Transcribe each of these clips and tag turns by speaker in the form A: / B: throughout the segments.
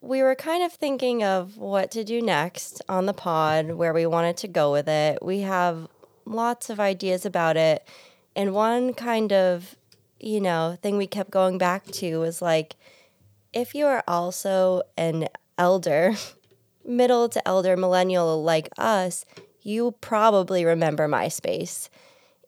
A: we were kind of thinking of what to do next on the pod, where we wanted to go with it. We have lots of ideas about it. And one kind of, you know, thing we kept going back to was like, if you are also an elder, middle to elder millennial like us, you probably remember MySpace.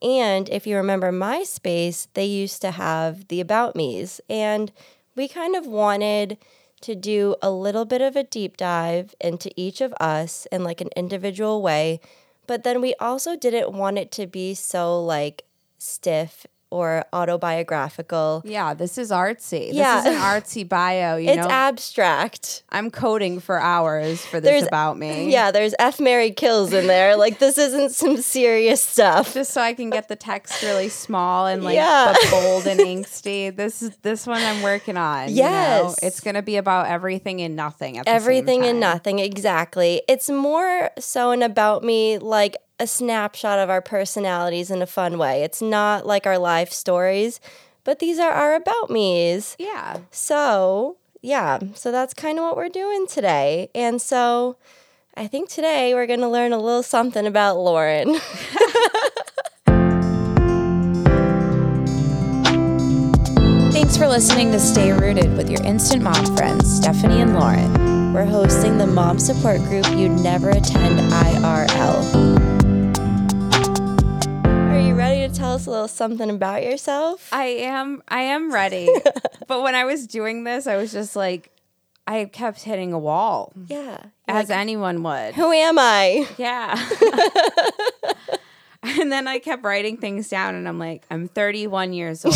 A: And if you remember MySpace, they used to have the About Me's. And we kind of wanted to do a little bit of a deep dive into each of us in like an individual way. But then we also didn't want it to be so like stiff or autobiographical.
B: Yeah, this is artsy.
A: Yeah.
B: This is an artsy bio, you
A: It's
B: know.
A: abstract.
B: I'm coding for hours for this
A: There's-
B: about me.
A: Yeah, there's F Mary kills in there. Like this isn't some serious stuff.
B: Just so I can get the text really small and like
A: Yeah.
B: but bold and angsty. This is this one I'm working on. you know?
A: Yes.
B: It's gonna be about everything and nothing at the same
A: Everything and
B: time.
A: nothing, exactly. It's more so an about me like a snapshot of our personalities in a fun way. It's not like our life stories, but these are our about me's.
B: Yeah.
A: So, yeah, so that's kind of what we're doing today. And so I think today we're going to learn a little something about Lauren.
C: Thanks for listening to Stay Rooted with your instant mom friends, Stephanie and Lauren.
A: we're hosting the mom support group You'd Never Attend IRL. Are you ready to tell us a little something about yourself?
B: I am I am ready. but when I was doing this, I was just like I kept hitting a wall.
A: yeah.
B: As anyone would.
A: Who am I?
B: Yeah. and then I kept writing things down and I'm like, I'm 31 years old.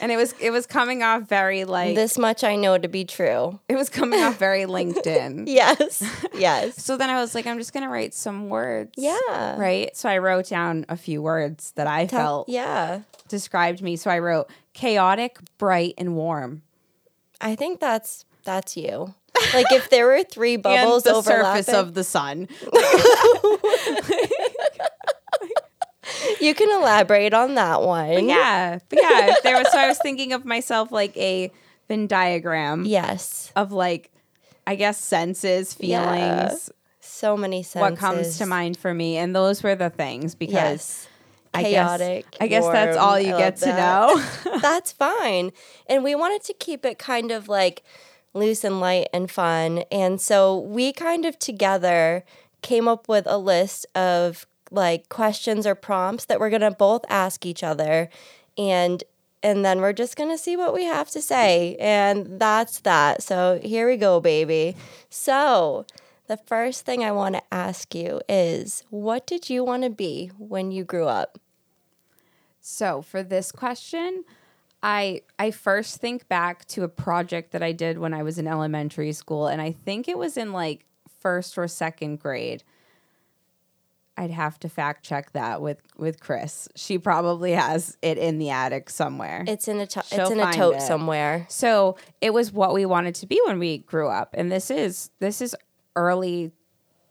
B: and it was it was coming off very like
A: This much I know to be true.
B: it was coming off very LinkedIn.
A: Yes. Yes.
B: So then I was like, I'm just gonna write some words.
A: Yeah.
B: Right. So I wrote down a few words that I felt
A: Yeah.
B: described me. So I wrote chaotic, bright, and warm.
A: I think that's that's you. Like if there were three bubbles
B: and the
A: overlapping,
B: surface of the sun.
A: you can elaborate on that one.
B: yeah. But yeah. There was so I was thinking of myself like a Venn diagram.
A: Yes.
B: of like I guess senses,
A: Yeah.
B: feelings,
A: So many senses.
B: what comes to mind for me, and those were the things because
A: Yes.
B: I
A: Chaotic.
B: Guess, I guess that's
A: warm,
B: all
A: I
B: you
A: love
B: get to
A: that.
B: know.
A: that's fine. And we wanted to keep it kind of like loose and light and fun. And so we kind of together came up with a list of like questions or prompts that we're going to both ask each other and and then we're just going to see what we have to say. And that's that. So here we go, baby. So the first thing I want to ask you is what did you want to be when you grew up?
B: so for this question, I I first think back to a project that I did when I was in elementary school, and I think it was in like first or second grade. I'd have to fact check that with with Chris. She probably has it in the attic somewhere.
A: It's in a to- it's
B: She'll
A: in a
B: find
A: tote
B: it.
A: somewhere.
B: So it was what we wanted to be when we grew up, and this is this is early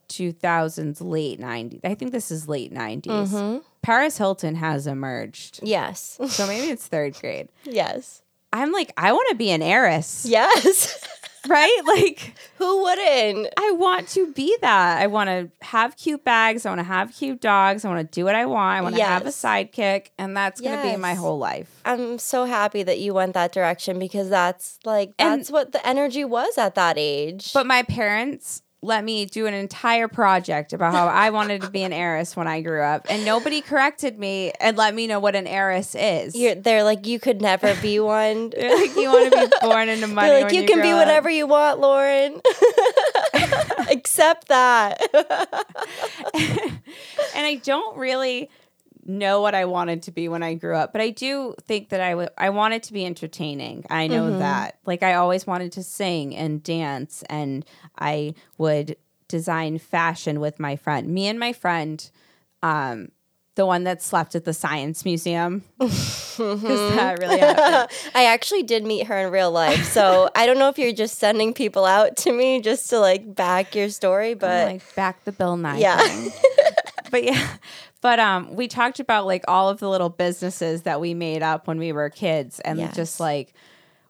B: two thousands, late nineties. I think this is late 90s
A: Mm-hmm.
B: Paris Hilton has emerged,
A: Yes.
B: so maybe it's third grade.
A: Yes.
B: I'm like, I want to be an heiress,
A: Yes.
B: right? Like,
A: Who wouldn't?
B: I want to be that. I want to have cute bags. I want to have cute dogs. I want to do what I want. I want to have a
A: Yes.
B: sidekick, and that's going to be my
A: Yes.
B: whole life.
A: I'm so happy that you went that direction because that's like
B: And-
A: that's what the energy was at that age.
B: But my parents let me do an entire project about how I wanted to be an heiress when I grew up, and nobody corrected me and let me know what an heiress is.
A: You're, they're like you could never be one.
B: They're like you want to be born into money.
A: They're like
B: when
A: you can be
B: grow up."
A: whatever you want, Lauren. Accept that.
B: And I don't really know what I wanted to be when I grew up, but I do think that I wa- I wanted to be entertaining. I know that. Like I always wanted to sing and dance, and I would design fashion with my friend. Me and my friend. Um, the one that slept at the science museum. Does that really happen?
A: I actually did meet her in real life, so I don't know if you're just sending people out to me just to like back your story,
B: Oh
A: but
B: like back the Bill Nye.
A: Yeah.
B: thing. but yeah, but um, we talked about like all of the little businesses that we made up when we were kids, and
A: Yes.
B: just like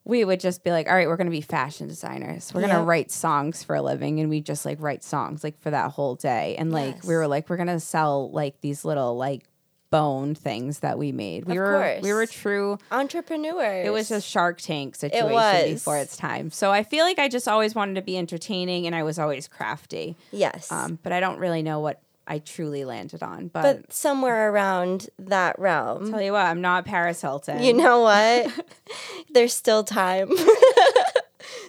B: we would just be like, all right, we're going to be fashion designers. We're going
A: Yeah.
B: to write songs for a living. And we just like write songs like for that whole day. And like,
A: Yes.
B: we were like, we're going to sell like these little like bone things that we made.
A: Of
B: We were, we
A: course.
B: were true.
A: Entrepreneurs.
B: It was a Shark Tank situation
A: was.
B: before its time. So I feel like I just always wanted to be entertaining and I was always crafty.
A: yes.
B: Um, but I don't really know what I truly landed on. But,
A: but somewhere around that realm.
B: tell you what, I'm not Paris Hilton.
A: You know what? There's still time.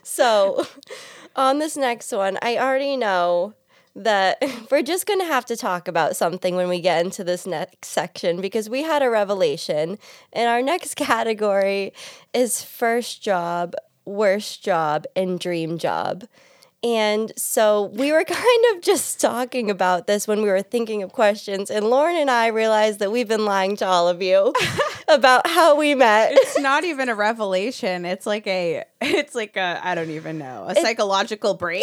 A: so, on this next one, I already know that we're just going to have to talk about something when we get into this next section because we had a revelation. And our next category is first job, worst job, and dream job. And so we were kind of just talking about this when we were thinking of questions. And Lauren and I realized that we've been lying to all of you about how we met.
B: it's not even a revelation. It's like a, it's like a, I don't even know, a psychological break.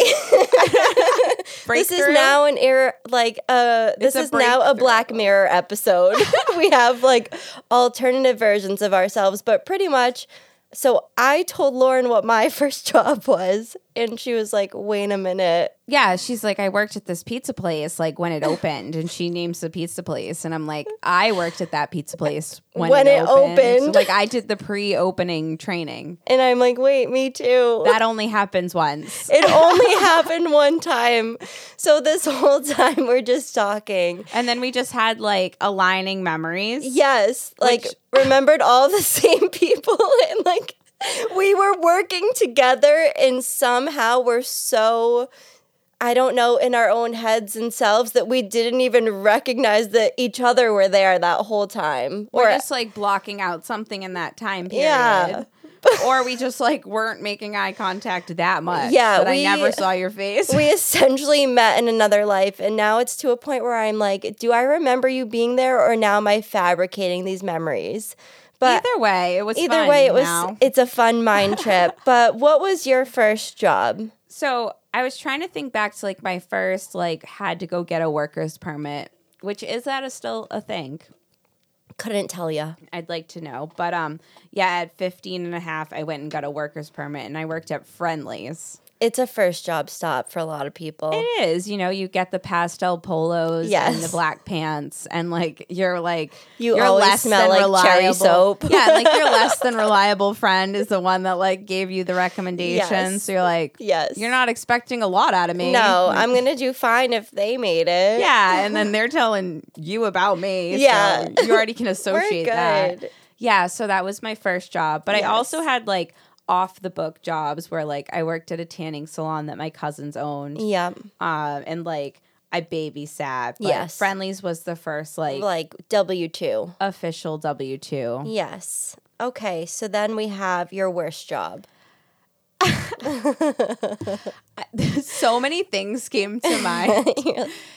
A: This is now an era, like uh, this
B: a
A: is now a
B: breakthrough.
A: Black Mirror episode. we have like alternative versions of ourselves, but pretty much. So I told Lauren what my first job was, and she was like, "Wait a minute,
B: Yeah, she's like, I worked at this pizza place like when it opened, and she names the pizza place, and I'm like, I worked at that pizza place when,
A: When
B: it,
A: it
B: opened.
A: opened.
B: like I did the pre-opening training.
A: and I'm like, "Wait, me too."
B: That only happens once.
A: it only happened one time. So this whole time we're just talking.
B: And then we just had like aligning memories.
A: Yes, like
B: Which-
A: remembered all the same people and like we were working together and somehow we're so I don't know in our own heads and selves that we didn't even recognize that each other were there that whole time.
B: We're
A: or
B: just like blocking out something in that time period.
A: Yeah.
B: or we just like weren't making eye contact that much.
A: Yeah,
B: That
A: we-
B: I never saw your face.
A: we essentially met in another life and now it's to a point where I'm like, do I remember you being there or now am I fabricating these memories? But
B: either way, it was
A: either
B: fun
A: way it was
B: now.
A: it's a fun mind trip. but what was your first job?
B: so I was trying to think back to like my first like had to go get a worker's permit, which is that a still a thing?
A: Couldn't tell you.
B: I'd like to know. But um yeah, at 15 and a half, I went and got a worker's permit and I worked at Friendlies.
A: It's a first job stop for a lot of people.
B: It is, you know, you get the pastel polos and the
A: Yes.
B: black pants, and like you're like
A: You
B: are
A: always smell like cherry soap.
B: yeah, like your less than reliable friend is the one that like gave you the recommendations.
A: Yes.
B: So you're like,
A: Yes.
B: you're not expecting a lot out of me.
A: No, I'm gonna do fine if they made it.
B: yeah, and then they're telling you about me.
A: Yeah.
B: so you already can
A: we're
B: associate
A: good.
B: that. Yeah, so that was my first job. But I
A: Yes.
B: also had like off the book jobs where like I worked at a tanning salon that my cousins owned.
A: Yeah,
B: um, and like I babysat. But
A: Yes.
B: Friendlies was the first like,
A: like W two.
B: official W two.
A: Yes. Okay, so then we have your worst job.
B: so many things came to mind.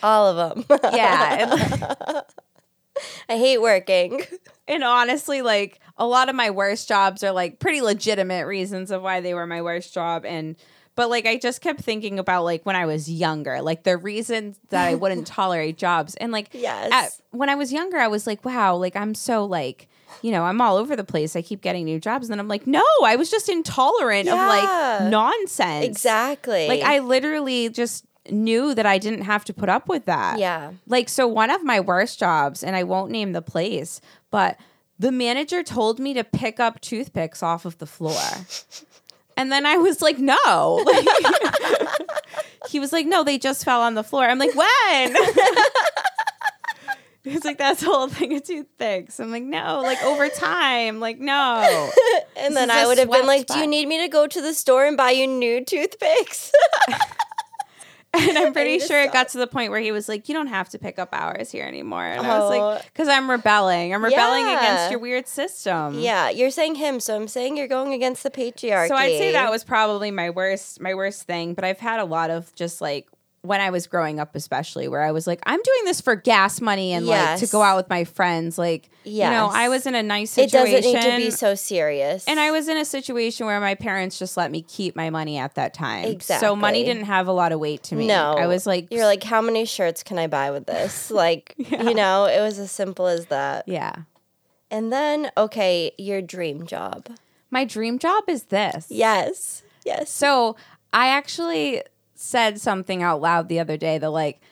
A: All of them.
B: yeah, and, like,
A: I hate working.
B: and honestly, like a lot of my worst jobs are like pretty legitimate reasons of why they were my worst job and. But like I just kept thinking about like when I was younger, like the reasons that I wouldn't tolerate jobs, and like
A: Yes.
B: at- when I was younger, I was like, wow, like I'm so like, you know, I'm all over the place. I keep getting new jobs. And then I'm like, no, I was just intolerant of
A: Yeah.
B: like nonsense.
A: exactly.
B: Like I literally just knew that I didn't have to put up with that.
A: Yeah.
B: Like so one of my worst jobs, and I won't name the place, but the manager told me to pick up toothpicks off of the floor. And then I was like, no. he was like, no, they just fell on the floor. I'm like, when? He's like, that's the whole thing of toothpicks. I'm like, no, like over time. Like, no.
A: And
B: This
A: then
B: is
A: I
B: a
A: would have been
B: sweat
A: like, "Do
B: spot.
A: you need me to go to the store and buy you new toothpicks?"
B: Mm-hmm. And I'm pretty
A: need to
B: sure it got to the point where he was like, "You don't have to pick up hours here anymore." And I was
A: Oh.
B: like, "Because I'm rebelling. I'm rebelling
A: Yeah.
B: against your weird system."
A: yeah, you're saying him, so I'm saying you're going against the patriarchy.
B: So I'd say that was probably my worst, my worst thing. But I've had a lot of just like when I was growing up, especially where I was like, "I'm doing this for gas money and like to
A: Yes.
B: go out with my friends." Like, you know,
A: Yes.
B: I was in a nice
A: it
B: situation.
A: doesn't need to be so serious.
B: And I was in a situation where my parents just let me keep my money at that time. So
A: Exactly.
B: money didn't have a lot of weight to me.
A: No.
B: I was like,
A: You're like, how many shirts can I buy with this? Like, you know, it was as simple as that.
B: yeah.
A: And then, okay, your dream job.
B: my dream job is this.
A: Yes. Yes.
B: So I actually said something out loud the other day that like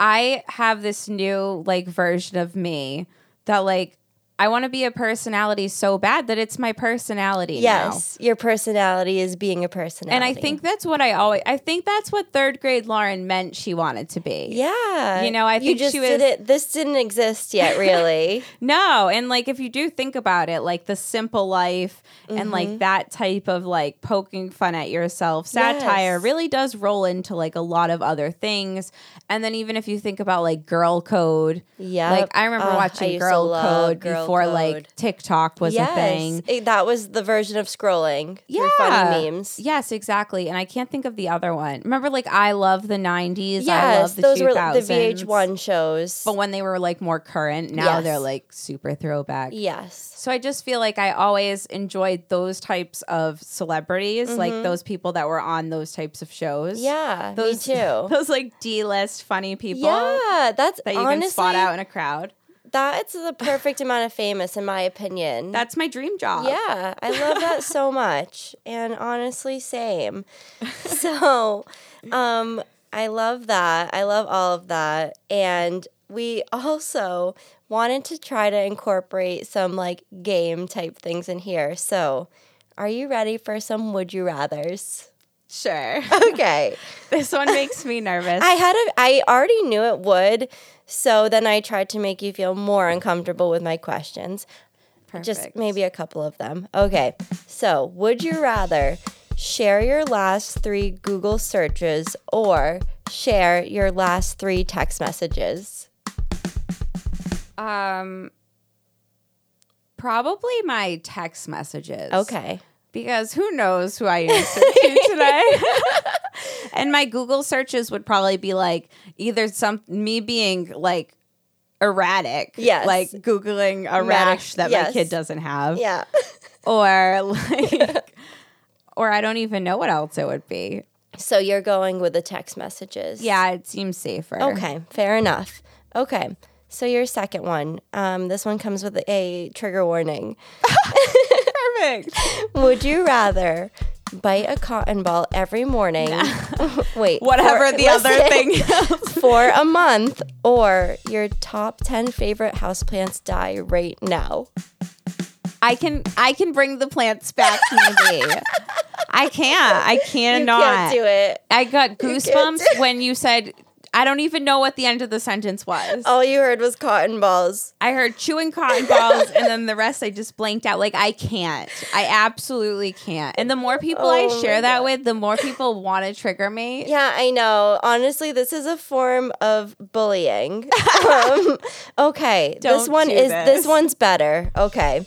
B: I have this new like version of me that like I want to be a personality so bad that it's my personality. now.
A: Yes. Your personality is being a personality.
B: And I think that's what I always I think that's what third grade Lauren meant she wanted to be.
A: Yeah.
B: You know, I
A: you
B: think
A: just
B: she
A: did
B: was-
A: it. This didn't exist yet, really.
B: No, and like if you do think about it, like the simple life and
A: Mm-hmm.
B: like that type of like poking fun at yourself satire
A: Yes.
B: really does roll into like a lot of other things. And then even if you think about like girl code,
A: yeah.
B: like I remember
A: Ah,
B: watching girl code before like TikTok was a thing.
A: It- that was the version of scrolling through funny
B: Yeah.
A: memes.
B: Yes, exactly. And I can't think of the other one. Remember, like I love the '90s. I
A: Yes,
B: love the
A: those
B: 2000s.
A: were the VH1 shows.
B: But when they were like more current, now
A: Yes.
B: they're like super throwback.
A: yes.
B: So I just feel like I always enjoyed those types of celebrities, like those people that were on those types of shows.
A: Mm-hmm. Yeah,
B: Those
A: me too.
B: Those like D list funny people
A: yeah, that's
B: that you
A: honestly
B: can spot out in a crowd.
A: that's the perfect amount of famous in my opinion.
B: That's my dream job.
A: Yeah, I love that so much. And honestly, same. So, um, I love that. I love all of that. And we also wanted to try to incorporate some like game type things in here. So, are you ready for some would you rathers?
B: Sure.
A: Okay.
B: this one makes me nervous.
A: I had a I already knew it would, so then I tried to make you feel more uncomfortable with my questions. Just
B: Perfect.
A: maybe a couple of them. Okay. So, would you rather share your last 3 Google searches or share your last 3 text messages?
B: um probably my text messages.
A: Okay.
B: because who knows who I answered to today. and my Google searches would probably be like either some me being like erratic,
A: Yes.
B: like googling a rash that my
A: yes.
B: kid doesn't have,
A: Yeah.
B: or like, or I don't even know what else it would be.
A: So, you're going with the text messages.
B: Yeah, it seems safer.
A: Okay, fair enough. Okay, so your second one. Um, this one comes with a trigger warning.
B: perfect.
A: Would you rather bite a cotton ball every morning? wait,
B: Whatever
A: for-
B: the other
A: listen,
B: thing. is.
A: for a month, or your top ten favorite houseplants die right now?
B: I can I can bring the plants back maybe. I can't. I
A: You
B: cannot.
A: can't do it.
B: I
A: can't
B: got goosebumps when you said, I don't even know what the end of the sentence was.
A: All you heard was cotton balls.
B: I heard chewing cotton balls, and then the rest I just blanked out. Like, I can't. I absolutely can't. And the more people
A: Oh
B: I
A: my
B: share that
A: God.
B: with, the more people want to trigger me.
A: Yeah, I know. Honestly, this is a form of bullying. um, okay, this
B: Don't
A: one
B: do
A: is
B: this.
A: this one's better. Okay,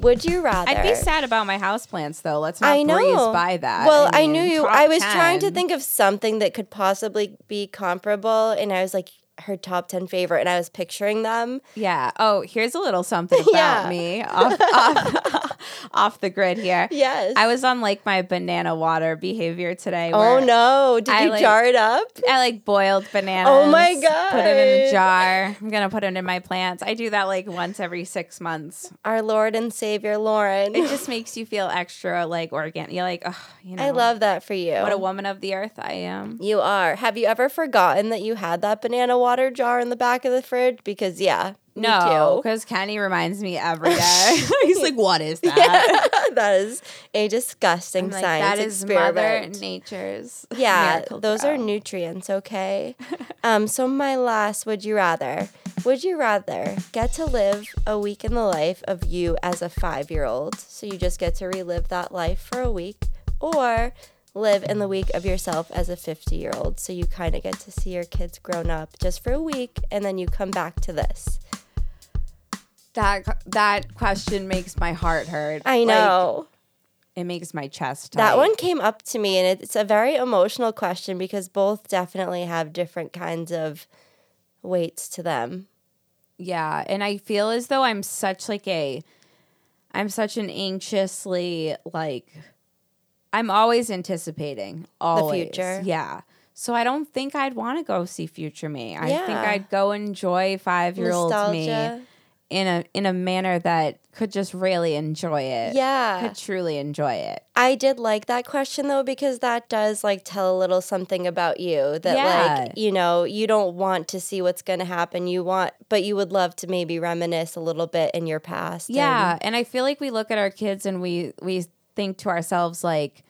A: would you rather?
B: I'd be sad about my houseplants, though. Let's not
A: I know.
B: breeze by that.
A: Well, I,
B: mean,
A: knew you.
B: top
A: I was trying to
B: 10.
A: think of something that could possibly be comparable, and I was like her top ten favorite, and I was picturing them.
B: Yeah. Oh, here's a little something about
A: Yeah.
B: me off, off, off the grid here.
A: Yes.
B: I was on like my banana water behavior today.
A: oh
B: where-
A: no! Did
B: I,
A: you
B: like-
A: jar it up?
B: I like boiled bananas.
A: Oh my
B: Put them in
A: God.
B: a jar. I'm gonna put them in my plants. I do that like once every six months.
A: Our Lord and Savior Lauren.
B: It just makes you feel extra like organic. You're like, oh, you know,
A: I love that for you.
B: what a woman of the earth I am.
A: you are. Have you ever forgotten that you had that banana water jar in the back of the fridge? Because yeah, me
B: No,
A: too.
B: because Kenny reminds me every day. He's like, what is that?
A: that is a disgusting
B: I'm like,
A: science
B: that is
A: experiment.
B: Mother Nature's.
A: Yeah,
B: miracle
A: those are
B: grow."
A: nutrients, okay? um, so my last would you rather? Would you rather get to live a week in the life of you as a 5-year-old? So you just get to relive that life for a week or live in the week of yourself as a 50-year-old. So you kind of get to see your kids grown up just for a week and then you come back to this.
B: that. That question makes my heart hurt.
A: I
B: Like,
A: know.
B: it makes my chest.
A: That
B: tight.
A: one came up to me, and it's a very emotional question because both definitely have different kinds of weights to them.
B: Yeah, and I feel as though I'm such like a I'm such an anxiously like I'm always anticipating always.
A: future.
B: Yeah. So I don't think I'd want to go see future me. I think
A: Yeah.
B: I'd go enjoy 5-year-old me
A: Nostalgia.
B: in a in a manner that could just really enjoy it.
A: Yeah.
B: Could truly enjoy it.
A: I did like that question though because that does like tell a little something about you that like you know you don't want to see what's going to happen you want but you would love to maybe reminisce a little bit in your past. and-
B: Yeah, and I feel like we look at our kids and we we think to ourselves like,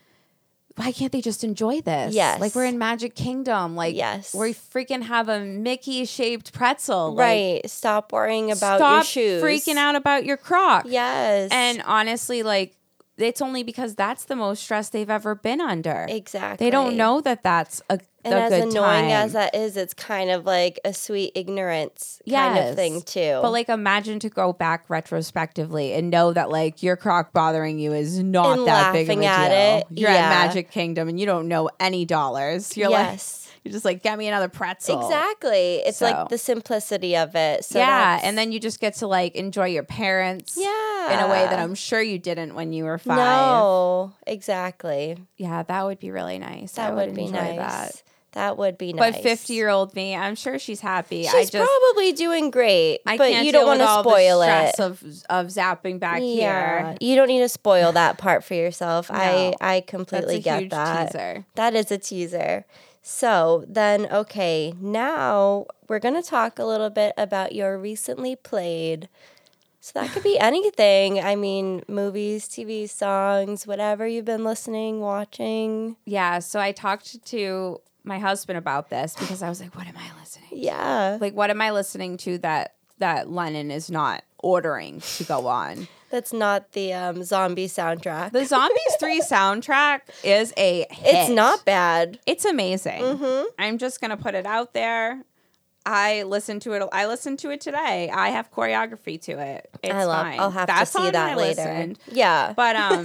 B: why can't they just enjoy this?
A: Yes.
B: like we're in Magic Kingdom. Like,
A: Yes.
B: we freaking have a Mickey shaped pretzel. Like,
A: right. Stop worrying about your
B: stop
A: shoes.
B: freaking out about your croc.
A: Yes.
B: and honestly, like it's only because that's the most stress they've ever been under.
A: exactly.
B: They don't know that that's a,
A: And
B: a
A: as
B: good
A: annoying
B: time.
A: as that is, it's kind of like a sweet ignorance kind
B: Yes.
A: of thing too.
B: But like, imagine to go back retrospectively and know that like your croc bothering you is not
A: And
B: that big of a
A: laughing at
B: deal.
A: it.
B: You're at
A: Yeah.
B: Magic Kingdom and you don't know any dollars. You're
A: yes.
B: like, you're just like, get me another pretzel.
A: exactly. It's
B: So-
A: like the simplicity of it. So
B: yeah,
A: that's-
B: and then you just get to like enjoy your parents.
A: yeah,
B: In a way that I'm sure you didn't when you were five.
A: No, exactly.
B: Yeah, that would be really nice.
A: That
B: I
A: would, be
B: enjoy
A: nice.
B: That.
A: That. would be nice.
B: But 50 year old me, I'm sure she's happy.
A: she's
B: I just,
A: probably doing great,
B: I
A: but
B: can't
A: you don't
B: deal
A: want
B: with
A: to
B: all the
A: spoil it.
B: stress Of, of zapping back here.
A: you don't need to spoil that part for yourself. I
B: No.
A: I completely
B: That's a
A: get
B: huge
A: that.
B: teaser.
A: That is a teaser. So then, okay, now we're gonna talk a little bit about your recently played. So that could be anything. I mean, movies, TV, songs, whatever you've been listening, watching.
B: Yeah. So I talked to my husband about this because I was like, what am I listening?
A: Yeah,
B: Like, what am I listening to that that Lennon is not ordering to go on?
A: that's not the um, zombie soundtrack.
B: The Zombies 3 soundtrack is a
A: it's
B: hit.
A: not Mm-hmm. bad.
B: It's amazing. I'm just gonna put it out there. I listen to it. I listened to it today. I have choreography to it. It's
A: I love.
B: fine.
A: I'll have
B: That
A: to see
B: song
A: that
B: I
A: later.
B: listened.
A: Yeah,
B: But um,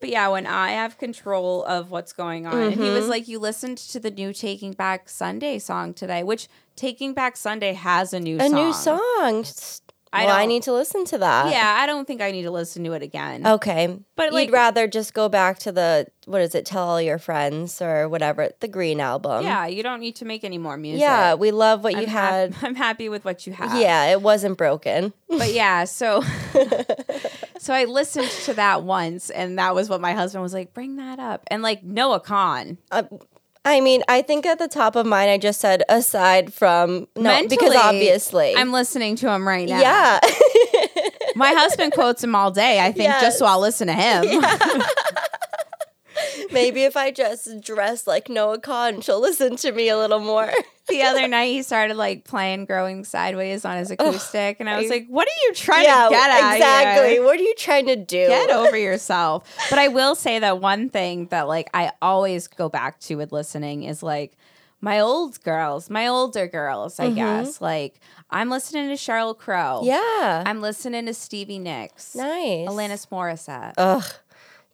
B: but yeah, when I have control of what's going on, and he
A: Mm-hmm.
B: was like, "You listened to the new Taking Back Sunday song today," which Taking Back Sunday has a new
A: a
B: song.
A: new song. S-
B: I
A: well, I
B: don't-
A: need to listen to that.
B: Yeah, I don't think I need to listen to it again.
A: Oh. Okay.
B: But,
A: But
B: like-
A: you'd rather just go back to the what is it? Tell all your friends or whatever the Green album.
B: Yeah, you don't need to make any more music.
A: Yeah, we love what
B: I'm
A: you
B: hap-
A: had.
B: I'm happy with what you have.
A: Yeah, it wasn't broken.
B: but yeah, so so I listened to that once, and that was what my husband was like, "Bring that up," and like Noah Khan.
A: Uh, I mean, I think at the top of mine, I just said aside from no, because
B: Mentally,
A: obviously,
B: I'm listening to him right now.
A: yeah,
B: my husband quotes him all day. I think just so I'll listen to him.
A: maybe if I just dress like Noah Khan, she'll listen to me a little more.
B: The other night he started like playing "Growing Sideways" on his acoustic, and I was like, "What are you trying
A: yeah,
B: to get at?"
A: exactly.
B: here?
A: What are you trying to do?
B: Get over yourself. But I will say that one thing that like I always go back to with listening is like my old girls, my older girls, I guess. Like I'm listening to Cheryl Crow.
A: Mm-hmm. yeah,
B: I'm listening to Stevie Nicks.
A: nice.
B: Alanis Morissette.
A: Ugh,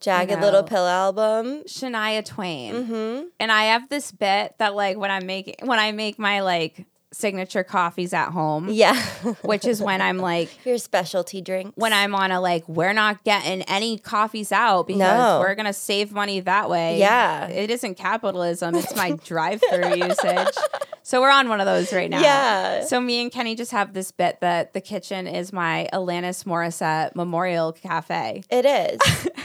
A: Jagged
B: know.
A: Little Pill album.
B: Shania Twain.
A: Mm-hmm.
B: And I have this bit that like when I'm making when I make my like signature coffees at home,
A: Yeah.
B: which is when I'm like
A: Your specialty drink.
B: when I'm on a like we're not getting any coffees out because
A: No.
B: we're gonna save money that way.
A: Yeah.
B: It isn't capitalism, it's my drive through usage. So we're on one of those right now.
A: Yeah.
B: So me and Kenny just have this bit that the kitchen is my Alanis Morissette Memorial Cafe.
A: It is.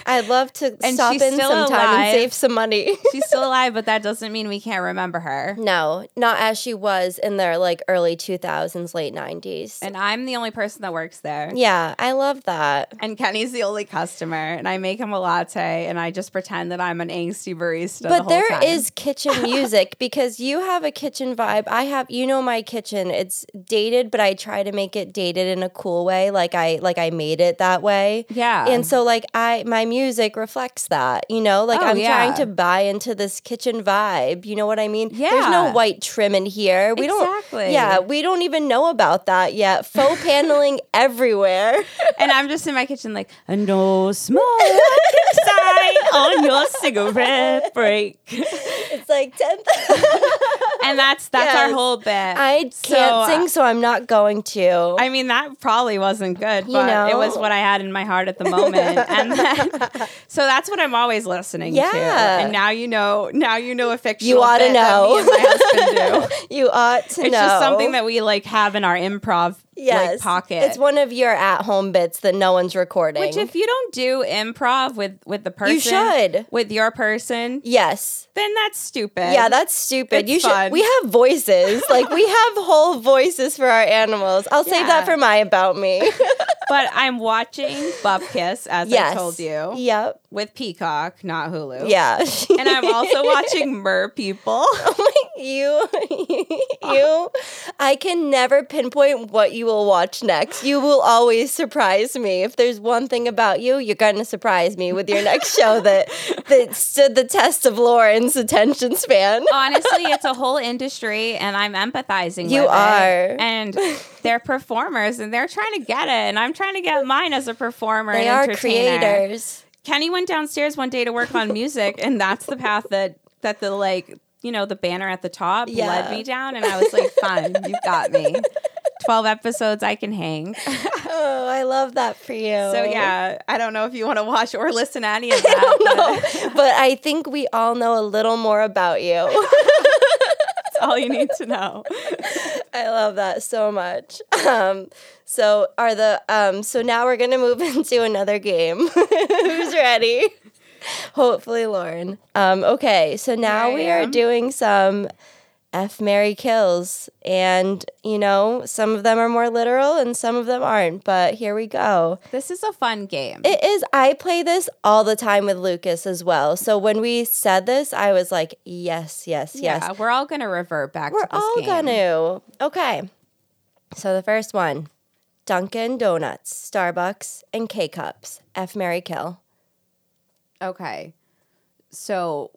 A: I'd love to
B: And
A: stop
B: she's
A: in
B: still
A: sometime
B: alive.
A: and save some money.
B: She's still alive, but that doesn't mean we can't remember her.
A: no, not as she was in their like early 2000s, late 90s.
B: And I'm the only person that works there.
A: yeah, I love that.
B: And Kenny's the only customer, and I make him a latte, and I just pretend that I'm an angsty barista. the
A: But
B: whole
A: there is
B: time.
A: kitchen music because you have a kitchen vibe. I have you know my kitchen. It's dated, but I try to make it dated in a cool way. Like I like I made it that way.
B: Yeah.
A: And so like I my music reflects that, you know? Like
B: Oh,
A: I'm
B: yeah.
A: trying to buy into this kitchen vibe. You know what I mean? There's
B: Yeah.
A: no white trim in here. We
B: Exactly.
A: don't Yeah, we don't even know about that yet. Faux paneling everywhere.
B: and I'm just in my kitchen, like, no smoke sign on your cigarette break.
A: It's like 10th.
B: And that's that's our
A: Yes.
B: whole bit.
A: I can't
B: So, uh,
A: sing, so I'm not going to.
B: I mean, that probably wasn't good, but it was
A: know?
B: what I had in my heart at the moment. and then, so that's what I'm always listening to.
A: Yeah.
B: And now you know, now you know a fictional
A: You ought to
B: bit that
A: know.
B: me and my husband do.
A: you ought to
B: It's
A: know.
B: just something that we like have in our improv
A: yes.
B: like pocket.
A: It's one of your at home bits that no one's recording.
B: Which if you don't do improv with with the person,
A: should.
B: with your person,
A: yes.
B: then that's stupid.
A: Yeah, that's stupid.
B: It's
A: you should.
B: fun.
A: We have voices. like we have whole voices for our animals. I'll save
B: Yeah.
A: that for my about me.
B: but I'm watching Bub Kiss as
A: yes.
B: I told you
A: Yep.
B: with Peacock, not Hulu.
A: Yeah.
B: and I'm also watching Mer People.
A: you you I can never pinpoint what you will watch next. You will always surprise me. If there's one thing about you, you're gonna surprise me with your next show that that stood the test of Lauren's attention span.
B: Honestly, it's a whole industry, and I'm empathizing.
A: You
B: with it.
A: are.
B: and they're performers, and they're trying to get it, and I'm trying to get mine as a performer.
A: They
B: and
A: are
B: entertainer.
A: creators.
B: Kenny went downstairs one day to work on music, and that's the path that that the like you know the banner at the top
A: Yeah.
B: led me down, and I was like, "Fine, you got me." Twelve episodes, I can hang.
A: Oh, I love that for you.
B: So yeah, I don't know if you want to watch or listen to any of that. but
A: But I think we all know a little more about you.
B: That's all you need to know.
A: I love that so much. Um, so are the um, so now we're gonna move into another game. Who's ready? Hopefully, Lauren. Um, okay, so now
B: Here I
A: we are
B: am.
A: doing some F Mary kills, and you know some of them are more literal and some of them aren't. But here we go.
B: This is a fun game.
A: It is. I play this all the time with Lucas as well. So when we said this, I was like, yes, yes, yes.
B: Yeah, we're all gonna revert back.
A: We're
B: to this
A: all
B: game.
A: gonna. Okay. So the first one Dunkin' Donuts, Starbucks, and K Cups. F Mary Kill.
B: Okay, so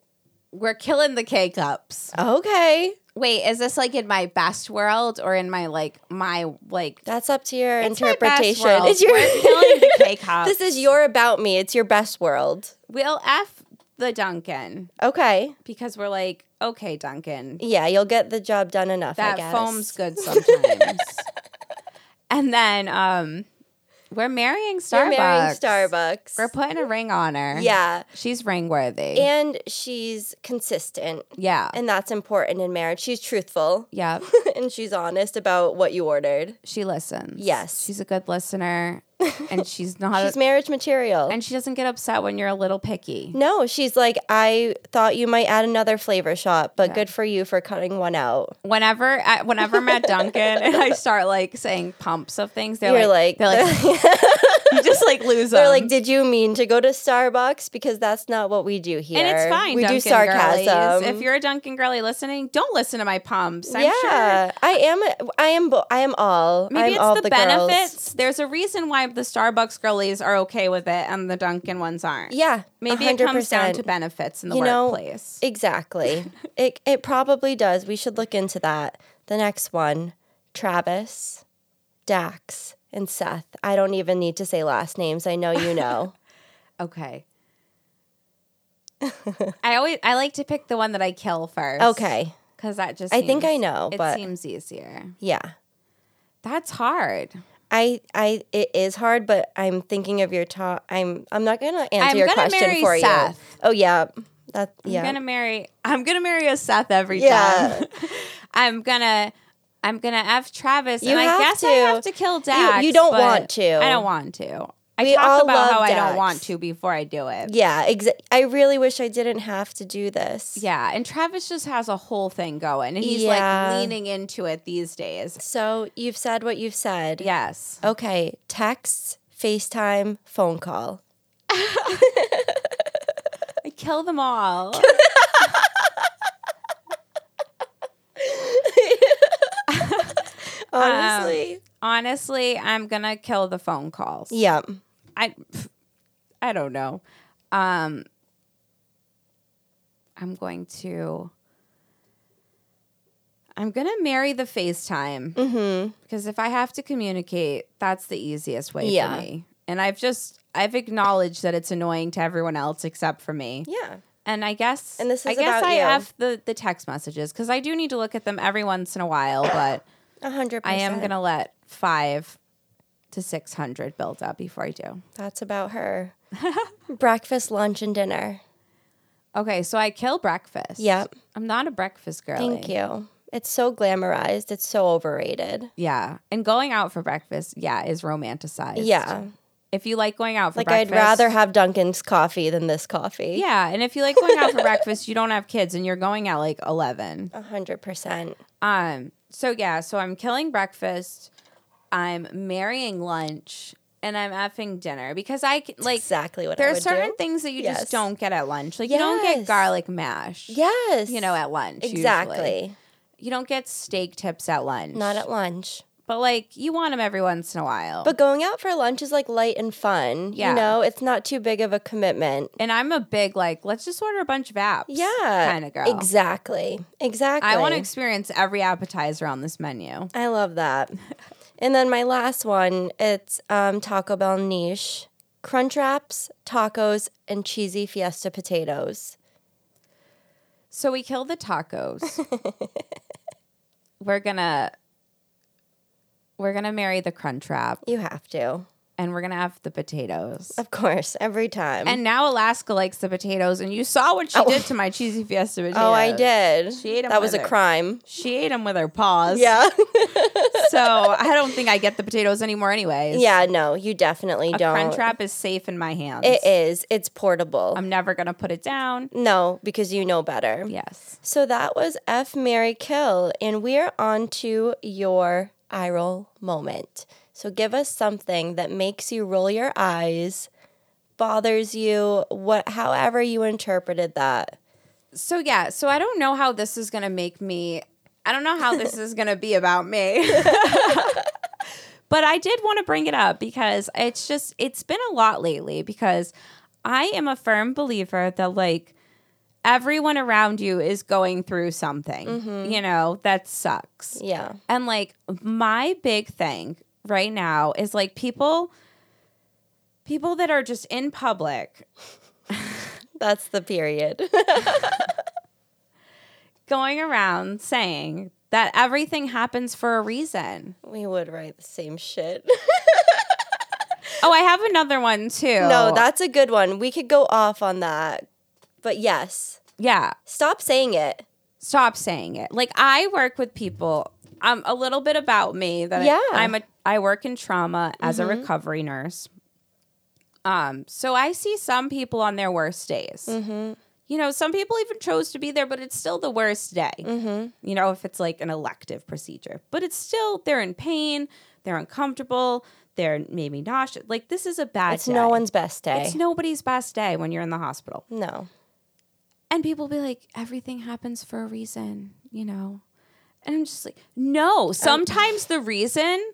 B: we're killing the K cups.
A: Okay.
B: Wait, is this like in my best world or in my like my like
A: That's up to your
B: It's my best
A: interpretation.
B: world.
A: It's your
B: We're killing the K cups.
A: This is your about me. It's your best world.
B: We'll F the Duncan
A: Okay.
B: because we're like, okay, Duncan,
A: Yeah, you'll get the job done enough. I
B: that
A: guess.
B: foam's good sometimes. and then um we're marrying
A: You're
B: Starbucks.
A: marrying Starbucks.
B: We're putting a ring on her.
A: Yeah.
B: She's ring worthy.
A: And she's consistent.
B: yeah.
A: And that's important in marriage. She's truthful
B: yeah.
A: and she's honest about what you ordered.
B: She listens.
A: Yes.
B: She's a good listener. And she's not
A: She's marriage material.
B: and she doesn't get upset when you're a little picky.
A: No, she's like, I thought you might add another flavor shot, but good for you for cutting one out.
B: Whenever I, whenever I'm at Duncan and I start like saying pumps of things, they're
A: You're like,
B: they're like you just like lose
A: they're
B: them.
A: like, did you mean to go to Starbucks? Because that's not what we do here.
B: and it's fine.
A: We do
B: Dunkin'
A: sarcasm.
B: girlies. If you're a Duncan girly listening, don't listen to my pumps. I'm
A: yeah,
B: sure.
A: I am. I am. bo- I am all.
B: Maybe
A: I'm
B: it's
A: all
B: the,
A: the, girls.
B: benefits. There's a reason why the Starbucks girlies are okay with it and the Duncan ones aren't.
A: Yeah,
B: Maybe it comes down
A: 100%.
B: to benefits in the
A: You know,
B: workplace.
A: Exactly. it it probably does. We should look into that. The next one, Travis, Dax, and Seth. I don't even need to say last names. I know you know.
B: okay. I always I like to pick the one that I kill first.
A: okay.
B: Because that just
A: I think I
B: seems-
A: know,
B: It
A: but-
B: seems easier.
A: Yeah.
B: That's hard.
A: I, I, it is hard, but I'm thinking of your top. I'm, I'm not gonna answer
B: I'm
A: your
B: gonna
A: question
B: marry
A: for
B: Seth.
A: you. Oh yeah, that yeah.
B: I'm gonna marry. I'm gonna marry a Seth every
A: Yeah.
B: time. I'm gonna. I'm gonna f Travis,
A: You
B: and I
A: have
B: guess I
A: to.
B: have to kill Dax.
A: you don't
B: but
A: want to.
B: I don't want to. I
A: We
B: talk
A: all
B: about
A: love
B: how I don't
A: Dax.
B: want to before I do it.
A: yeah, exa- I really wish I didn't have to do this.
B: Yeah, and Travis just has a whole thing going, and he's
A: Yeah.
B: like leaning into it these days.
A: So you've said what you've said.
B: Yes,
A: Okay. Texts, FaceTime, phone call.
B: I kill them all. Um,
A: Honestly.
B: Honestly, I'm gonna kill the phone calls.
A: yeah.
B: I pff, I don't know. Um I'm going to I'm going to marry the FaceTime
A: Mm-hmm.
B: because if I have to communicate, that's the easiest way
A: Yeah.
B: for me. And I've just I've acknowledged that it's annoying to everyone else except for me.
A: Yeah.
B: And I guess
A: And this
B: I
A: is
B: guess
A: about
B: I
A: you.
B: have the the text messages cuz I do need to look at them every once in a while, but
A: A hundred.
B: I am
A: percent.
B: going to let 5 to 600 build up before I do.
A: That's about her. Breakfast, lunch, and dinner.
B: Okay, so I kill breakfast.
A: Yep.
B: I'm not a breakfast girl.
A: Thank you. It's so glamorized. It's so overrated.
B: Yeah. And going out for breakfast, yeah, is romanticized.
A: Yeah.
B: If you like going out for
A: Like
B: breakfast.
A: I'd rather have Duncan's coffee than this coffee.
B: Yeah. And if you like going out for breakfast, you don't have kids and you're going at like 11.
A: A hundred percent.
B: Um, so yeah, so I'm killing breakfast, I'm marrying lunch, and I'm effing dinner because I c- like
A: exactly what I
B: there are
A: would
B: certain
A: do.
B: things that you
A: Yes.
B: just don't get at lunch. Like you don't get
A: Yes.
B: garlic mash.
A: Yes.
B: You know, at lunch. usually.
A: Exactly.
B: You don't get steak tips at lunch.
A: Not at lunch.
B: But like you want them every once in a while.
A: But going out for lunch is like light and fun.
B: Yeah.
A: You know, it's not too big of a commitment.
B: and I'm a big like, let's just order a bunch of apps.
A: Yeah.
B: Kind of girl.
A: Exactly. Exactly.
B: I want to experience every appetizer on this menu.
A: I love that. and then my last one, it's um, Taco Bell niche. Crunch wraps, tacos, and cheesy fiesta potatoes.
B: So we kill the tacos. we're gonna we're gonna marry the crunchwrap,
A: You have to.
B: and we're gonna have the potatoes.
A: Of course, every time.
B: And now Alaska likes the potatoes, and you saw what she did to my cheesy fiesta potatoes.
A: oh, I did.
B: She ate 'em
A: that was
B: with
A: a
B: her-
A: crime.
B: She ate them with her paws.
A: Yeah.
B: So I don't think I get the potatoes anymore. Anyways,
A: yeah, no, you definitely
B: A
A: don't.
B: crunch wrap is safe in my hands.
A: It is. It's portable.
B: I'm never gonna put it down.
A: no, because you know better.
B: Yes.
A: So that was F Mary Kill, and we're on to your eye roll moment. So give us something that makes you roll your eyes, bothers you, what however you interpreted that.
B: So yeah, so I don't know how this is gonna make me. I don't know how this is gonna be about me. but I did want to bring it up because it's just it's been a lot lately because I am a firm believer that like everyone around you is going through something. You know, that sucks.
A: Yeah.
B: And like my big thing right now is like people people that are just in public
A: That's the period.
B: going around saying that everything happens for a reason.
A: we would write the same shit.
B: Oh, I have another one too.
A: No, that's a good one. We could go off on that. But yes,
B: yeah.
A: stop saying it.
B: Stop saying it. Like I work with people. Um, a little bit about me that
A: Yeah. Mm-hmm.
B: I, I'm a I work in trauma as a recovery nurse. Um, so I see some people on their worst days. You know, some people even chose to be there, but it's still the worst day.
A: Mm-hmm.
B: You know, if it's like an elective procedure, but it's still they're in pain, they're uncomfortable, they're maybe nauseous. Like this is a bad.
A: It's
B: day.
A: no one's best day.
B: It's nobody's best day when you're in the hospital.
A: no.
B: And people be like, everything happens for a reason, you know? And I'm just like,
A: Oh.
B: no, sometimes the reason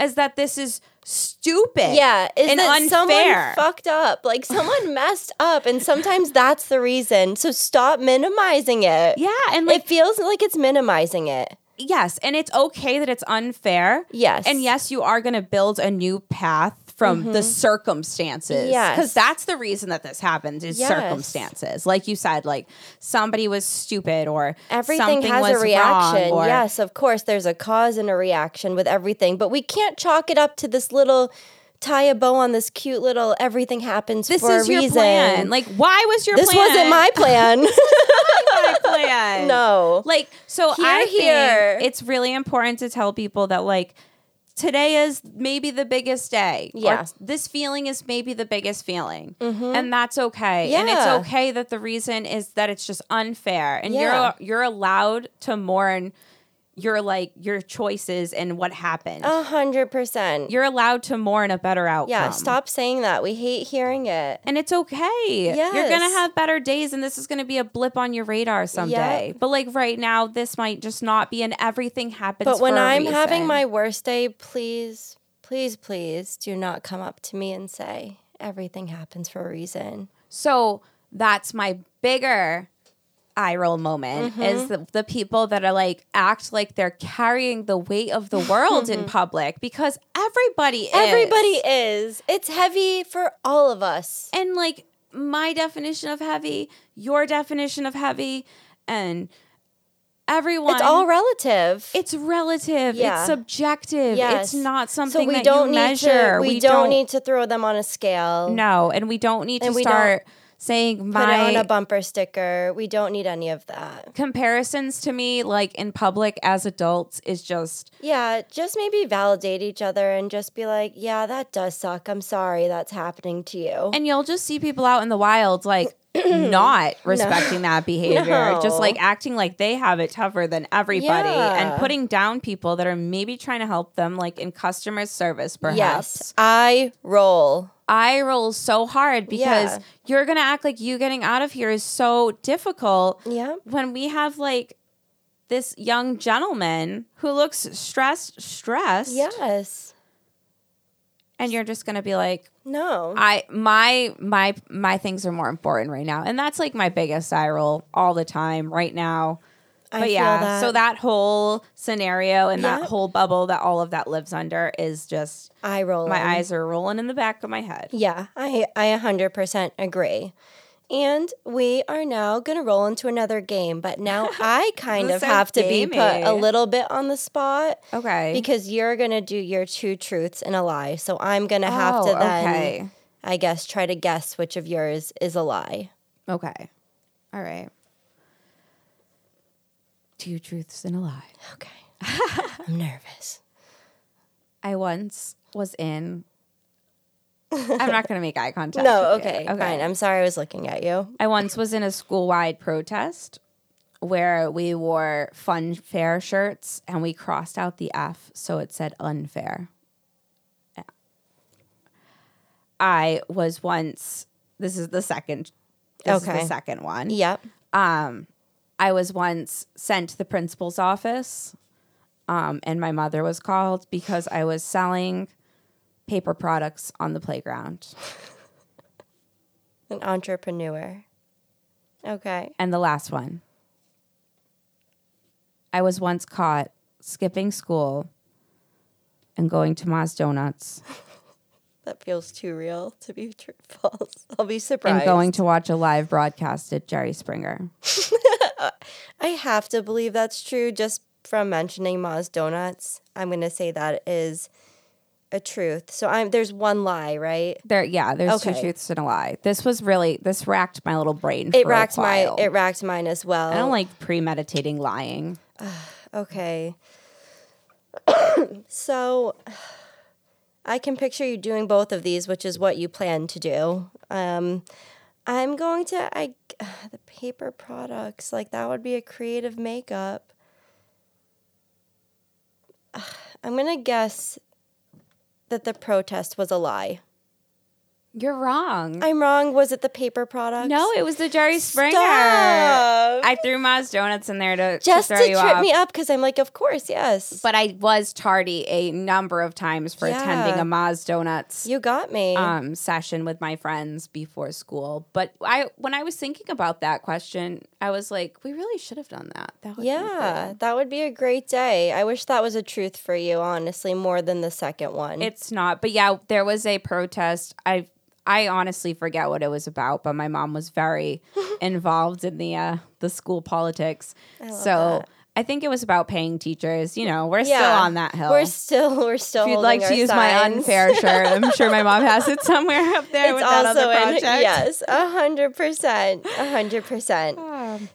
B: is that this is stupid.
A: Yeah, is
B: and
A: that
B: unfair.
A: someone fucked up? Like someone messed up, and sometimes that's the reason. So stop minimizing it.
B: yeah. And like,
A: it feels like it's minimizing it.
B: yes. And it's okay that it's unfair.
A: Yes, Mm-hmm.
B: And yes, you are going to build a new path from the circumstances.
A: Yes.
B: Because that's the reason that this happens is
A: Yes.
B: circumstances. Like you said, like somebody was stupid or
A: everything
B: something
A: has
B: was
A: a reaction.
B: wrong or-
A: yes, of course, there's a cause and a reaction with everything, but we can't chalk it up to this little tie a bow on this cute little everything happens
B: This
A: for
B: is
A: a
B: your
A: reason.
B: plan. Like, why was your
A: this
B: plan?
A: wasn't my plan.
B: my plan.
A: no.
B: Like, so
A: Hear,
B: I think
A: hear.
B: it's really important to tell people that, like, today is maybe the biggest day. or
A: Yeah. Mm-hmm.
B: this feeling is maybe the biggest feeling. And that's okay. And
A: Yeah.
B: it's okay that the reason is that it's just unfair. And
A: Yeah.
B: you're you're allowed to mourn your like your choices and what happened.
A: A hundred percent.
B: you're allowed to mourn a better outcome.
A: Oh. Yeah, stop saying that. We hate hearing it.
B: And it's okay. You're going
A: Yes.
B: to have better days, and this is going to be a blip on your radar someday. But like right now, this might just not be, and everything happens.
A: But when
B: for a
A: I'm having
B: reason.
A: my worst day, please, please, please do not come up to me and say everything happens for a reason.
B: so that's my bigger eye roll moment
A: Mm-hmm.
B: is the, the people that are like act like they're carrying the weight of the world in public because everybody is.
A: Everybody is. It's heavy for all of us.
B: and like my definition of heavy, your definition of heavy, and everyone.
A: It's all relative.
B: It's relative.
A: Yeah.
B: It's subjective.
A: Yes.
B: It's not something
A: so we
B: that
A: don't
B: you
A: need
B: measure.
A: to. We, don't, need to throw them on a scale.
B: No, and we don't need
A: And
B: to
A: we don't-
B: start saying
A: Put
B: my
A: it on a bumper sticker. We don't need any of that.
B: comparisons to me like in public as adults is just
A: Yeah, just maybe validate each other and just be like, yeah, that does suck. I'm sorry that's happening to you.
B: and you'll just see people out in the wild like not respecting that behavior just
A: No.
B: like acting like they have it tougher than everybody
A: Yeah.
B: and putting down people that are maybe trying to help them like in customer service perhaps
A: yes, I roll.
B: I roll so hard because
A: Yeah.
B: you're gonna act like you getting out of here is so difficult
A: Yeah.
B: when we have like this young gentleman who looks stressed stressed
A: Yes.
B: and you're just gonna be like
A: No.
B: I my my my things are more important right now, and that's like my biggest eye roll all the time right now.
A: I
B: But
A: feel
B: yeah,
A: that.
B: so that whole scenario and that
A: Yep.
B: whole bubble that all of that lives under is just
A: I roll.
B: my eyes are rolling in the back of my head.
A: Yeah, I I 100% agree. And we are now going to roll into another game, but now I kind
B: This
A: of
B: is
A: have to be put
B: gamey.
A: a little bit on the spot
B: Okay,
A: because you're going to do your two truths and a lie. So I'm going to have to
B: Oh,
A: then
B: okay,
A: I guess try to guess which of yours is a lie.
B: okay, all right. Two truths and a lie.
A: Okay. I'm nervous.
B: I once was in. I'm not going to make eye contact.
A: No,
B: with you.
A: okay, Fine. I'm sorry I was looking at you.
B: I once was in a school wide protest where we wore fun fair shirts and we crossed out the F so it said unfair. I was once this is the second this is
A: Okay.
B: the second one.
A: Yep.
B: I was once sent to the principal's office, um, and my mother was called because I was selling paper products on the playground.
A: An entrepreneur. Okay.
B: And the last one. I was once caught skipping school and going to Ma's Donuts
A: That feels too real to be true false. I'll be surprised.
B: and going to watch a live broadcast at Jerry Springer.
A: I have to believe that's true just from mentioning Ma's donuts. I'm going to say that is a truth. So I'm there's one lie, right?
B: There, yeah, there's two
A: Okay.
B: truths and a lie. This was really this racked my little brain.
A: It
B: for
A: racked
B: a
A: my
B: while.
A: it racked mine as well.
B: I don't like premeditating lying.
A: Okay. so I can picture you doing both of these, which is what you plan to do. Um, I'm going to I the paper products like that would be a creative makeup. I'm gonna guess that the protest was a lie.
B: You're wrong.
A: I'm wrong. Was it the paper products?
B: no, it was the Jerry Springer.
A: Stop.
B: I threw Ma's Donuts in there to
A: just to
B: throw you
A: trip
B: off.
A: me up because I'm like, of course, yes.
B: but I was tardy a number of times for
A: Yeah.
B: attending a Ma's Donuts
A: you got me.
B: um, session with my friends before school. But I, when I was thinking about that question, I was like, we really should have done that. That would
A: Yeah,
B: be
A: that would be a great day. I wish that was a truth for you, honestly, more than the second one.
B: great. it's not. But yeah, there was a protest. I I honestly forget what it was about, but my mom was very involved in the uh, the school politics. so. I think it was about paying teachers. You know, we're still
A: Yeah.
B: on that hill.
A: We're still, we're still.
B: If you'd
A: holding
B: like to
A: our
B: use my
A: signs.
B: unfair shirt, I'm sure my mom has it somewhere up there
A: It's
B: with that
A: also
B: other
A: in,
B: project.
A: yes, a hundred percent, a hundred percent.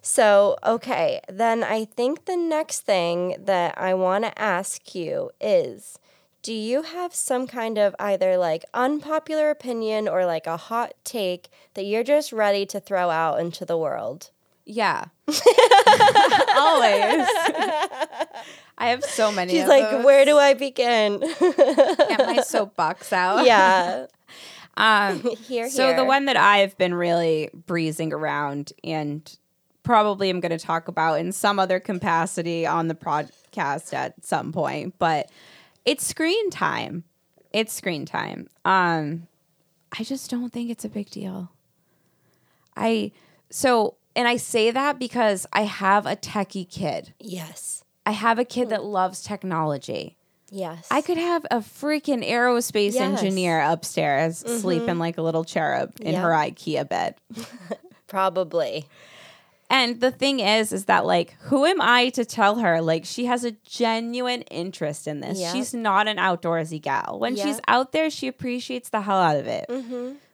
A: So okay, then I think the next thing that I want to ask you is. Do you have some kind of either like unpopular opinion or like a hot take that you're just ready to throw out into the world?
B: Yeah. Always. I have so many.
A: She's
B: of
A: like,
B: those.
A: where do I begin?
B: Get my soapbox out.
A: yeah.
B: Um,
A: Here,
B: so the
A: here.
B: one that I've been really breezing around and probably am going to talk about in some other capacity on the podcast at some point, but it's screen time. It's screen time. Um, I just don't think it's a big deal. I so and I say that because I have a techie kid.
A: Yes.
B: I have a kid that loves technology.
A: Yes.
B: I could have a freaking aerospace
A: Yes. Mm-hmm.
B: engineer upstairs sleeping like a little cherub in
A: Yeah.
B: her IKEA bed.
A: probably.
B: And the thing is, is that like, who am I to tell her? Like, she has a genuine interest in this.
A: Yeah.
B: She's not an outdoorsy gal. When
A: Yeah. Mm. Mm-hmm.
B: she's out there, she appreciates the hell out of it.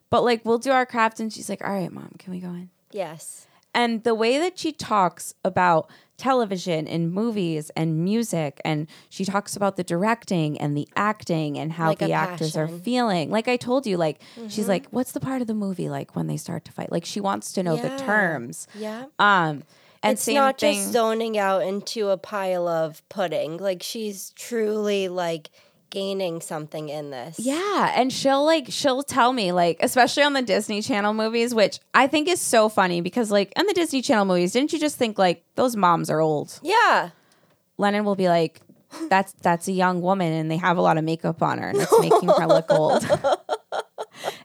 B: But like we'll do our craft and she's like, "All right, mom, can we go in?"
A: Yes.
B: And the way that she talks about television and movies and music and she talks about the directing and the acting and how
A: Like a
B: the actors are
A: passion. Mm-hmm.
B: feeling. Like I told you like she's like, "What's the part of the movie like when they start to fight?" Like she wants to know
A: Yeah.
B: the terms.
A: Yeah.
B: Um and
A: it's
B: same
A: not
B: thing.
A: just zoning out into a pile of pudding. Like she's truly like gaining something in this.
B: Yeah, and she'll like she'll tell me like especially on the Disney Channel movies, which I think is so funny because like on the Disney Channel movies, didn't you just think like those moms are old?
A: Yeah.
B: Lennon will be like that's that's a young woman and they have a lot of makeup on her and it's making her look old. and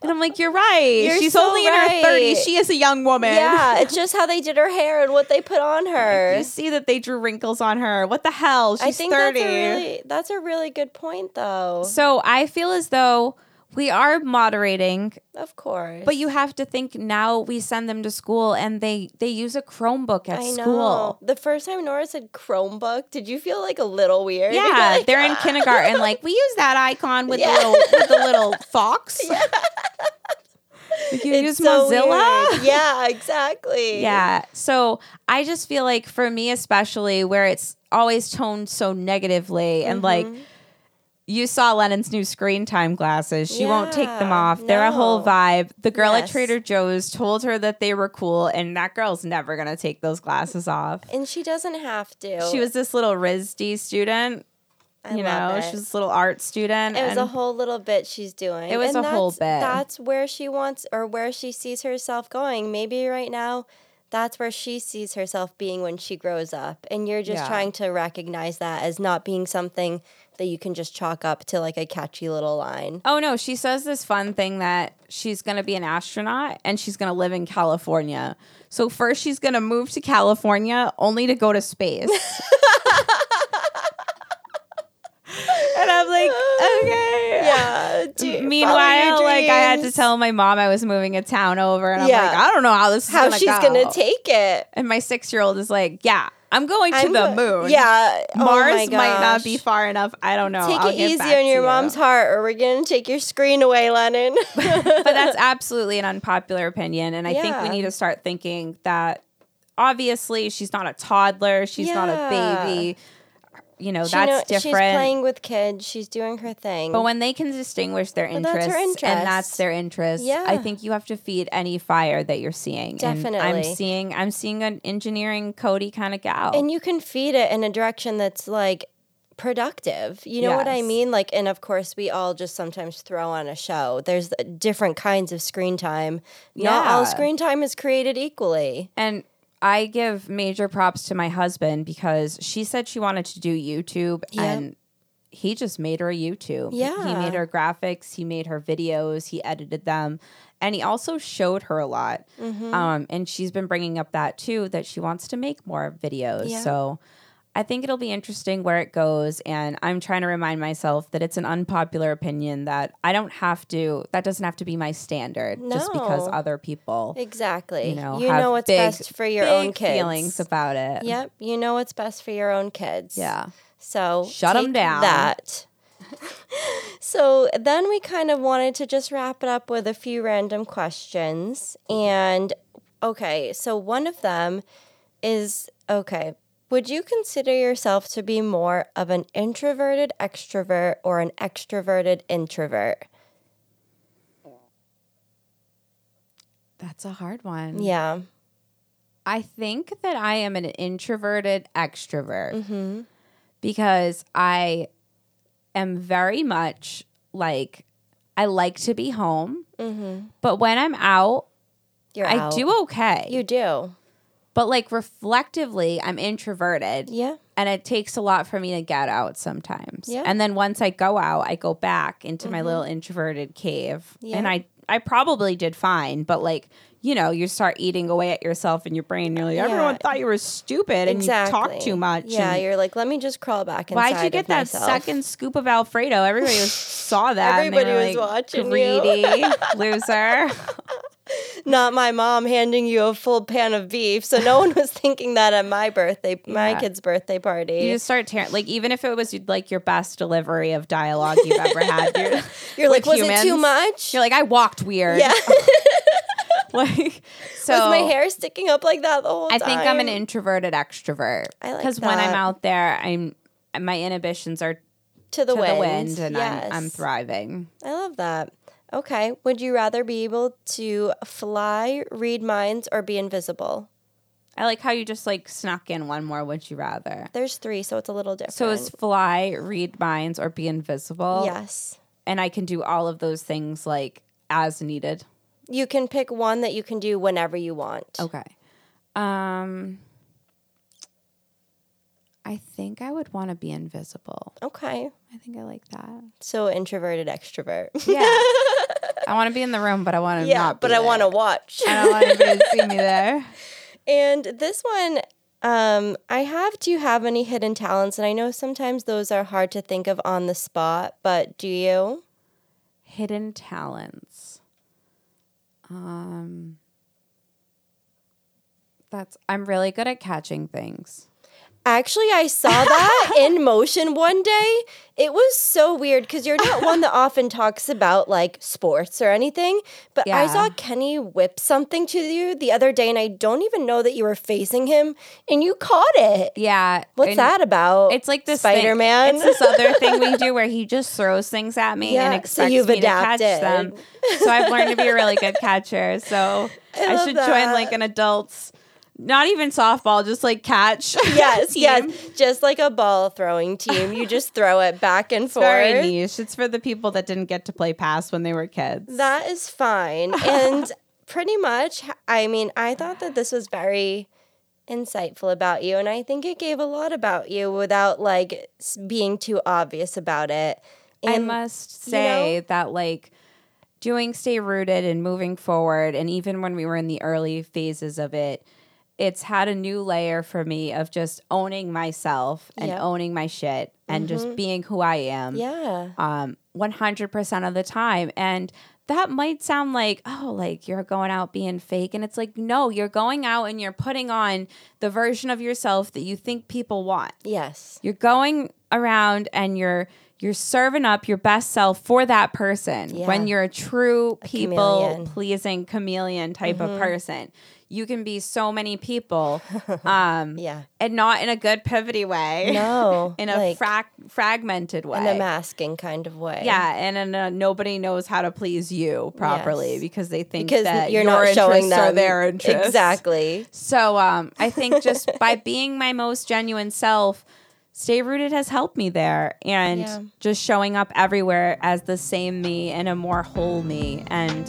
B: I'm like, "You're right.
A: You're
B: She's
A: so
B: only in her 30s.
A: right.
B: She is a young woman."
A: Yeah. it's just how they did her hair and what they put on her.
B: You see that they drew wrinkles on her. What the hell? She's
A: I think
B: 30.
A: that's a really that's a really good point though.
B: so I feel as though we are moderating
A: Of course.
B: But you have to think now we send them to school and they they use a Chromebook at
A: I know.
B: school.
A: The first time Nora said Chromebook, did you feel like a little weird?
B: Yeah,
A: Like, "Ah."
B: they're in kindergarten. Like we use that icon with
A: Yeah.
B: the little with the little fox. Like, you use
A: it's so
B: Mozilla.
A: weird. Yeah, exactly.
B: Yeah. So I just feel like for me especially where it's always toned so negatively and like
A: Mm-hmm.
B: you saw Lennon's new screen time glasses. She won't take them
A: Yeah,
B: off. They're a whole
A: no.
B: vibe. The girl
A: Yes.
B: at Trader Joe's told her that they were cool and that girl's never going to take those glasses off.
A: And she doesn't have to.
B: She was this little RISD student,
A: I
B: you
A: love
B: know,
A: it.
B: she was this little art student.
A: It was a
B: and-
A: whole little bit she's doing.
B: It was
A: And
B: a whole
A: that's-
B: bit.
A: That's where she wants or where she sees herself going. Maybe right now, that's where she sees herself being when she grows up. And you're just
B: Yeah.
A: trying to recognize that as not being something that you can just chalk up to like a catchy little line.
B: Oh no, she says this fun thing that she's going to be an astronaut and she's going to live in California. So first she's going to move to California only to go to space. and I'm like, okay.
A: Yeah. dude, follow
B: Meanwhile,
A: your
B: like I had to
A: dreams.
B: tell my mom I was moving a town over and I'm
A: Yeah.
B: like, I don't know how this is
A: how
B: gonna
A: she's
B: go.
A: going to take it.
B: And my 6-year-old is like, yeah, I'm going to
A: I'm
B: the
A: go-
B: moon.
A: Yeah. Oh my
B: Mars might not be
A: gosh.
B: far enough. I don't know.
A: Take
B: I'll
A: it
B: get
A: easy
B: back
A: on
B: to
A: your
B: you.
A: mom's heart, or we're going to take your screen away, Lennon.
B: But that's absolutely an unpopular opinion. And I think we
A: Yeah.
B: need to start thinking that obviously she's not a toddler, she's not
A: Yeah.
B: a baby. You know,
A: She
B: that's
A: know- She's
B: different.
A: playing with kids. She's doing her thing.
B: But when they can distinguish their
A: But that's
B: interests
A: her
B: and
A: interest.
B: that's their interest,
A: Yeah.
B: I think you have to feed any fire that you're seeing. And I'm
A: Definitely.
B: seeing I'm seeing an engineering Cody kind of gal.
A: and you can feed it in a direction that's like productive. You know what I
B: Yes.
A: mean? Like, and of course, we all just sometimes throw on a show. There's uh, different kinds of screen time. Not all
B: Yeah.
A: screen time is created equally.
B: And I give major props to my husband because she said she wanted to do YouTube
A: Yep.
B: and he just made her a YouTube. He
A: Yeah.
B: made her graphics, he made her videos, he edited them. And he also showed her a lot.
A: Mm-hmm.
B: Um, and she's been bringing up that too, that she wants to make more videos.
A: Yeah.
B: So I think it'll be interesting where it goes. And I'm trying to remind myself that it's an unpopular opinion that I don't have to, that doesn't have to be my standard just because
A: No.
B: other people
A: Exactly.
B: you know,
A: you
B: have
A: know what's
B: big-
A: best for your own
B: big
A: kids.
B: feelings about it.
A: Yep. You know what's best for your own kids.
B: Yeah.
A: So
B: Shut 'em
A: take
B: down.
A: That. so then we kind of wanted to just wrap it up with a few random questions. And okay, so one of them is okay. Would you consider yourself to be more of an introverted extrovert or an extroverted introvert?
B: That's a hard one.
A: Yeah.
B: I think that I am an introverted extrovert
A: Mm-hmm.
B: because I am very much like I like to be home, but when I'm out,
A: Mm-hmm. You're
B: I
A: out.
B: do okay.
A: You do.
B: but like reflectively, I'm introverted.
A: Yeah.
B: and it takes a lot for me to get out sometimes.
A: Yeah. Mm-hmm.
B: And then once I go out, I go back into my little introverted cave.
A: Yeah.
B: And I I probably did fine, but like, you know, you start eating away at yourself in your brain. You're like,
A: Yeah.
B: everyone thought you were stupid and
A: exactly.
B: you talk too much.
A: Yeah,
B: and
A: you're like, let me just crawl back inside.
B: Why'd you get
A: of
B: that
A: myself.
B: second scoop of Alfredo? Everybody was, saw that. and they
A: Everybody
B: were
A: was
B: like,
A: watching you.
B: Greedy loser.
A: not my mom handing you a full pan of beef. So no one was thinking that at my birthday, my
B: Yeah.
A: kid's birthday party.
B: You just start tearing, like, even if it was like your best delivery of dialogue you've ever had, you're,
A: You're like, was
B: with
A: it too
B: humans,
A: much?
B: You're like, I walked weird.
A: yeah,
B: like, so
A: was my hair sticking up like that the whole
B: I
A: time?
B: think I'm an introverted extrovert.
A: I like
B: when I'm
A: that.
B: out there, I'm my inhibitions are to
A: to the
B: the
A: wind.
B: wind, and
A: yes.
B: I'm, I'm thriving.
A: I love that. Okay, would you rather be able to fly, read minds, or be invisible?
B: I like how you just like snuck in one more. Would you rather?
A: There's three, so it's a little different.
B: So it's fly, read minds, or be invisible.
A: yes,
B: and I can do all of those things like as needed.
A: you can pick one that you can do whenever you want.
B: Okay. Um I think I would want to be invisible.
A: Okay.
B: I think I like that.
A: So introverted, extrovert.
B: Yeah. I want to be in the room, but I want to
A: yeah,
B: not.
A: but I want to
B: to.
A: watch.
B: I don't want anybody to see me there.
A: And this one, um, I have. Do you have any hidden talents? And I know sometimes those are hard to think of on the spot, but do you?
B: Hidden talents. Um. That's. I'm really good at catching things.
A: Actually, I saw that in motion one day. It was so weird because you're not one that often talks about like sports or anything. But I
B: Yeah.
A: saw Kenny whip something to you the other day, and I don't even know that you were facing him, and you caught it.
B: Yeah.
A: What's
B: and-
A: that about?
B: It's like this thing-
A: Spider Man.
B: It's this other thing we do where he just throws things at me
A: Yeah,
B: and
A: so
B: expects
A: you've
B: me to catch
A: adapted.
B: them. So I've learned to be a really good catcher. So I,
A: love
B: should join
A: that.
B: like an adults, not even softball, just like catch.
A: Yes,
B: team.
A: yes. Just like a ball throwing team, you just throw it back and forth.
B: Very niche. It's for the people that didn't get to play pass when they were kids.
A: That is fine. And pretty much, I mean, I thought that this was very insightful about you. And I think it gave a lot about you without like s- being too obvious about it.
B: I
A: And
B: must
A: you
B: say that like doing stay rooted and moving forward and even when we were in the early phases of it it's had a new layer for me of just owning myself and
A: Yep. Mm-hmm.
B: owning my shit and just being who I am
A: yeah.
B: um 100% of the time and that might sound like oh like you're going out being fake and it's like no you're going out and you're putting on the version of yourself that you think people want
A: Yes.
B: you're going around and you're you're serving up your best self for that person
A: Yeah.
B: when you're a true people
A: chameleon. Mm-hmm.
B: pleasing chameleon type of person you can be so many people um
A: Yeah.
B: and not in a good pivotty way
A: No.
B: in a
A: like,
B: frac- fragmented way
A: in a masking kind of way.
B: yeah and in a nobody knows how to please you properly
A: Yes.
B: because they think
A: Because
B: that
A: you're
B: your
A: not showing
B: interests are
A: them
B: their interests
A: Exactly.
B: so um, I think just by being my most genuine self, Stay Rooted has helped me there. And
A: Yeah.
B: just showing up everywhere as the same me and a more whole me. And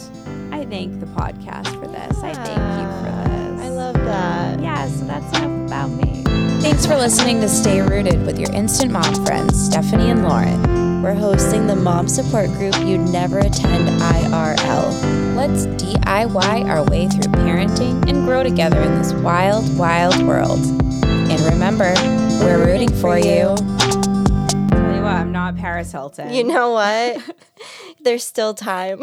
B: I thank the podcast for this. I thank you for this.
A: I love that.
B: Yeah, so that's enough about me.
C: Thanks for listening to Stay Rooted with your instant mom friends, Stephanie and Lauren.
A: We're hosting the mom support group you'd never attend IRL.
C: Let's DIY our way through parenting and grow together in this wild, wild world. And remember, we're rooting for you.
B: Tell you what, I'm not Paris Hilton.
A: You know what? There's still time.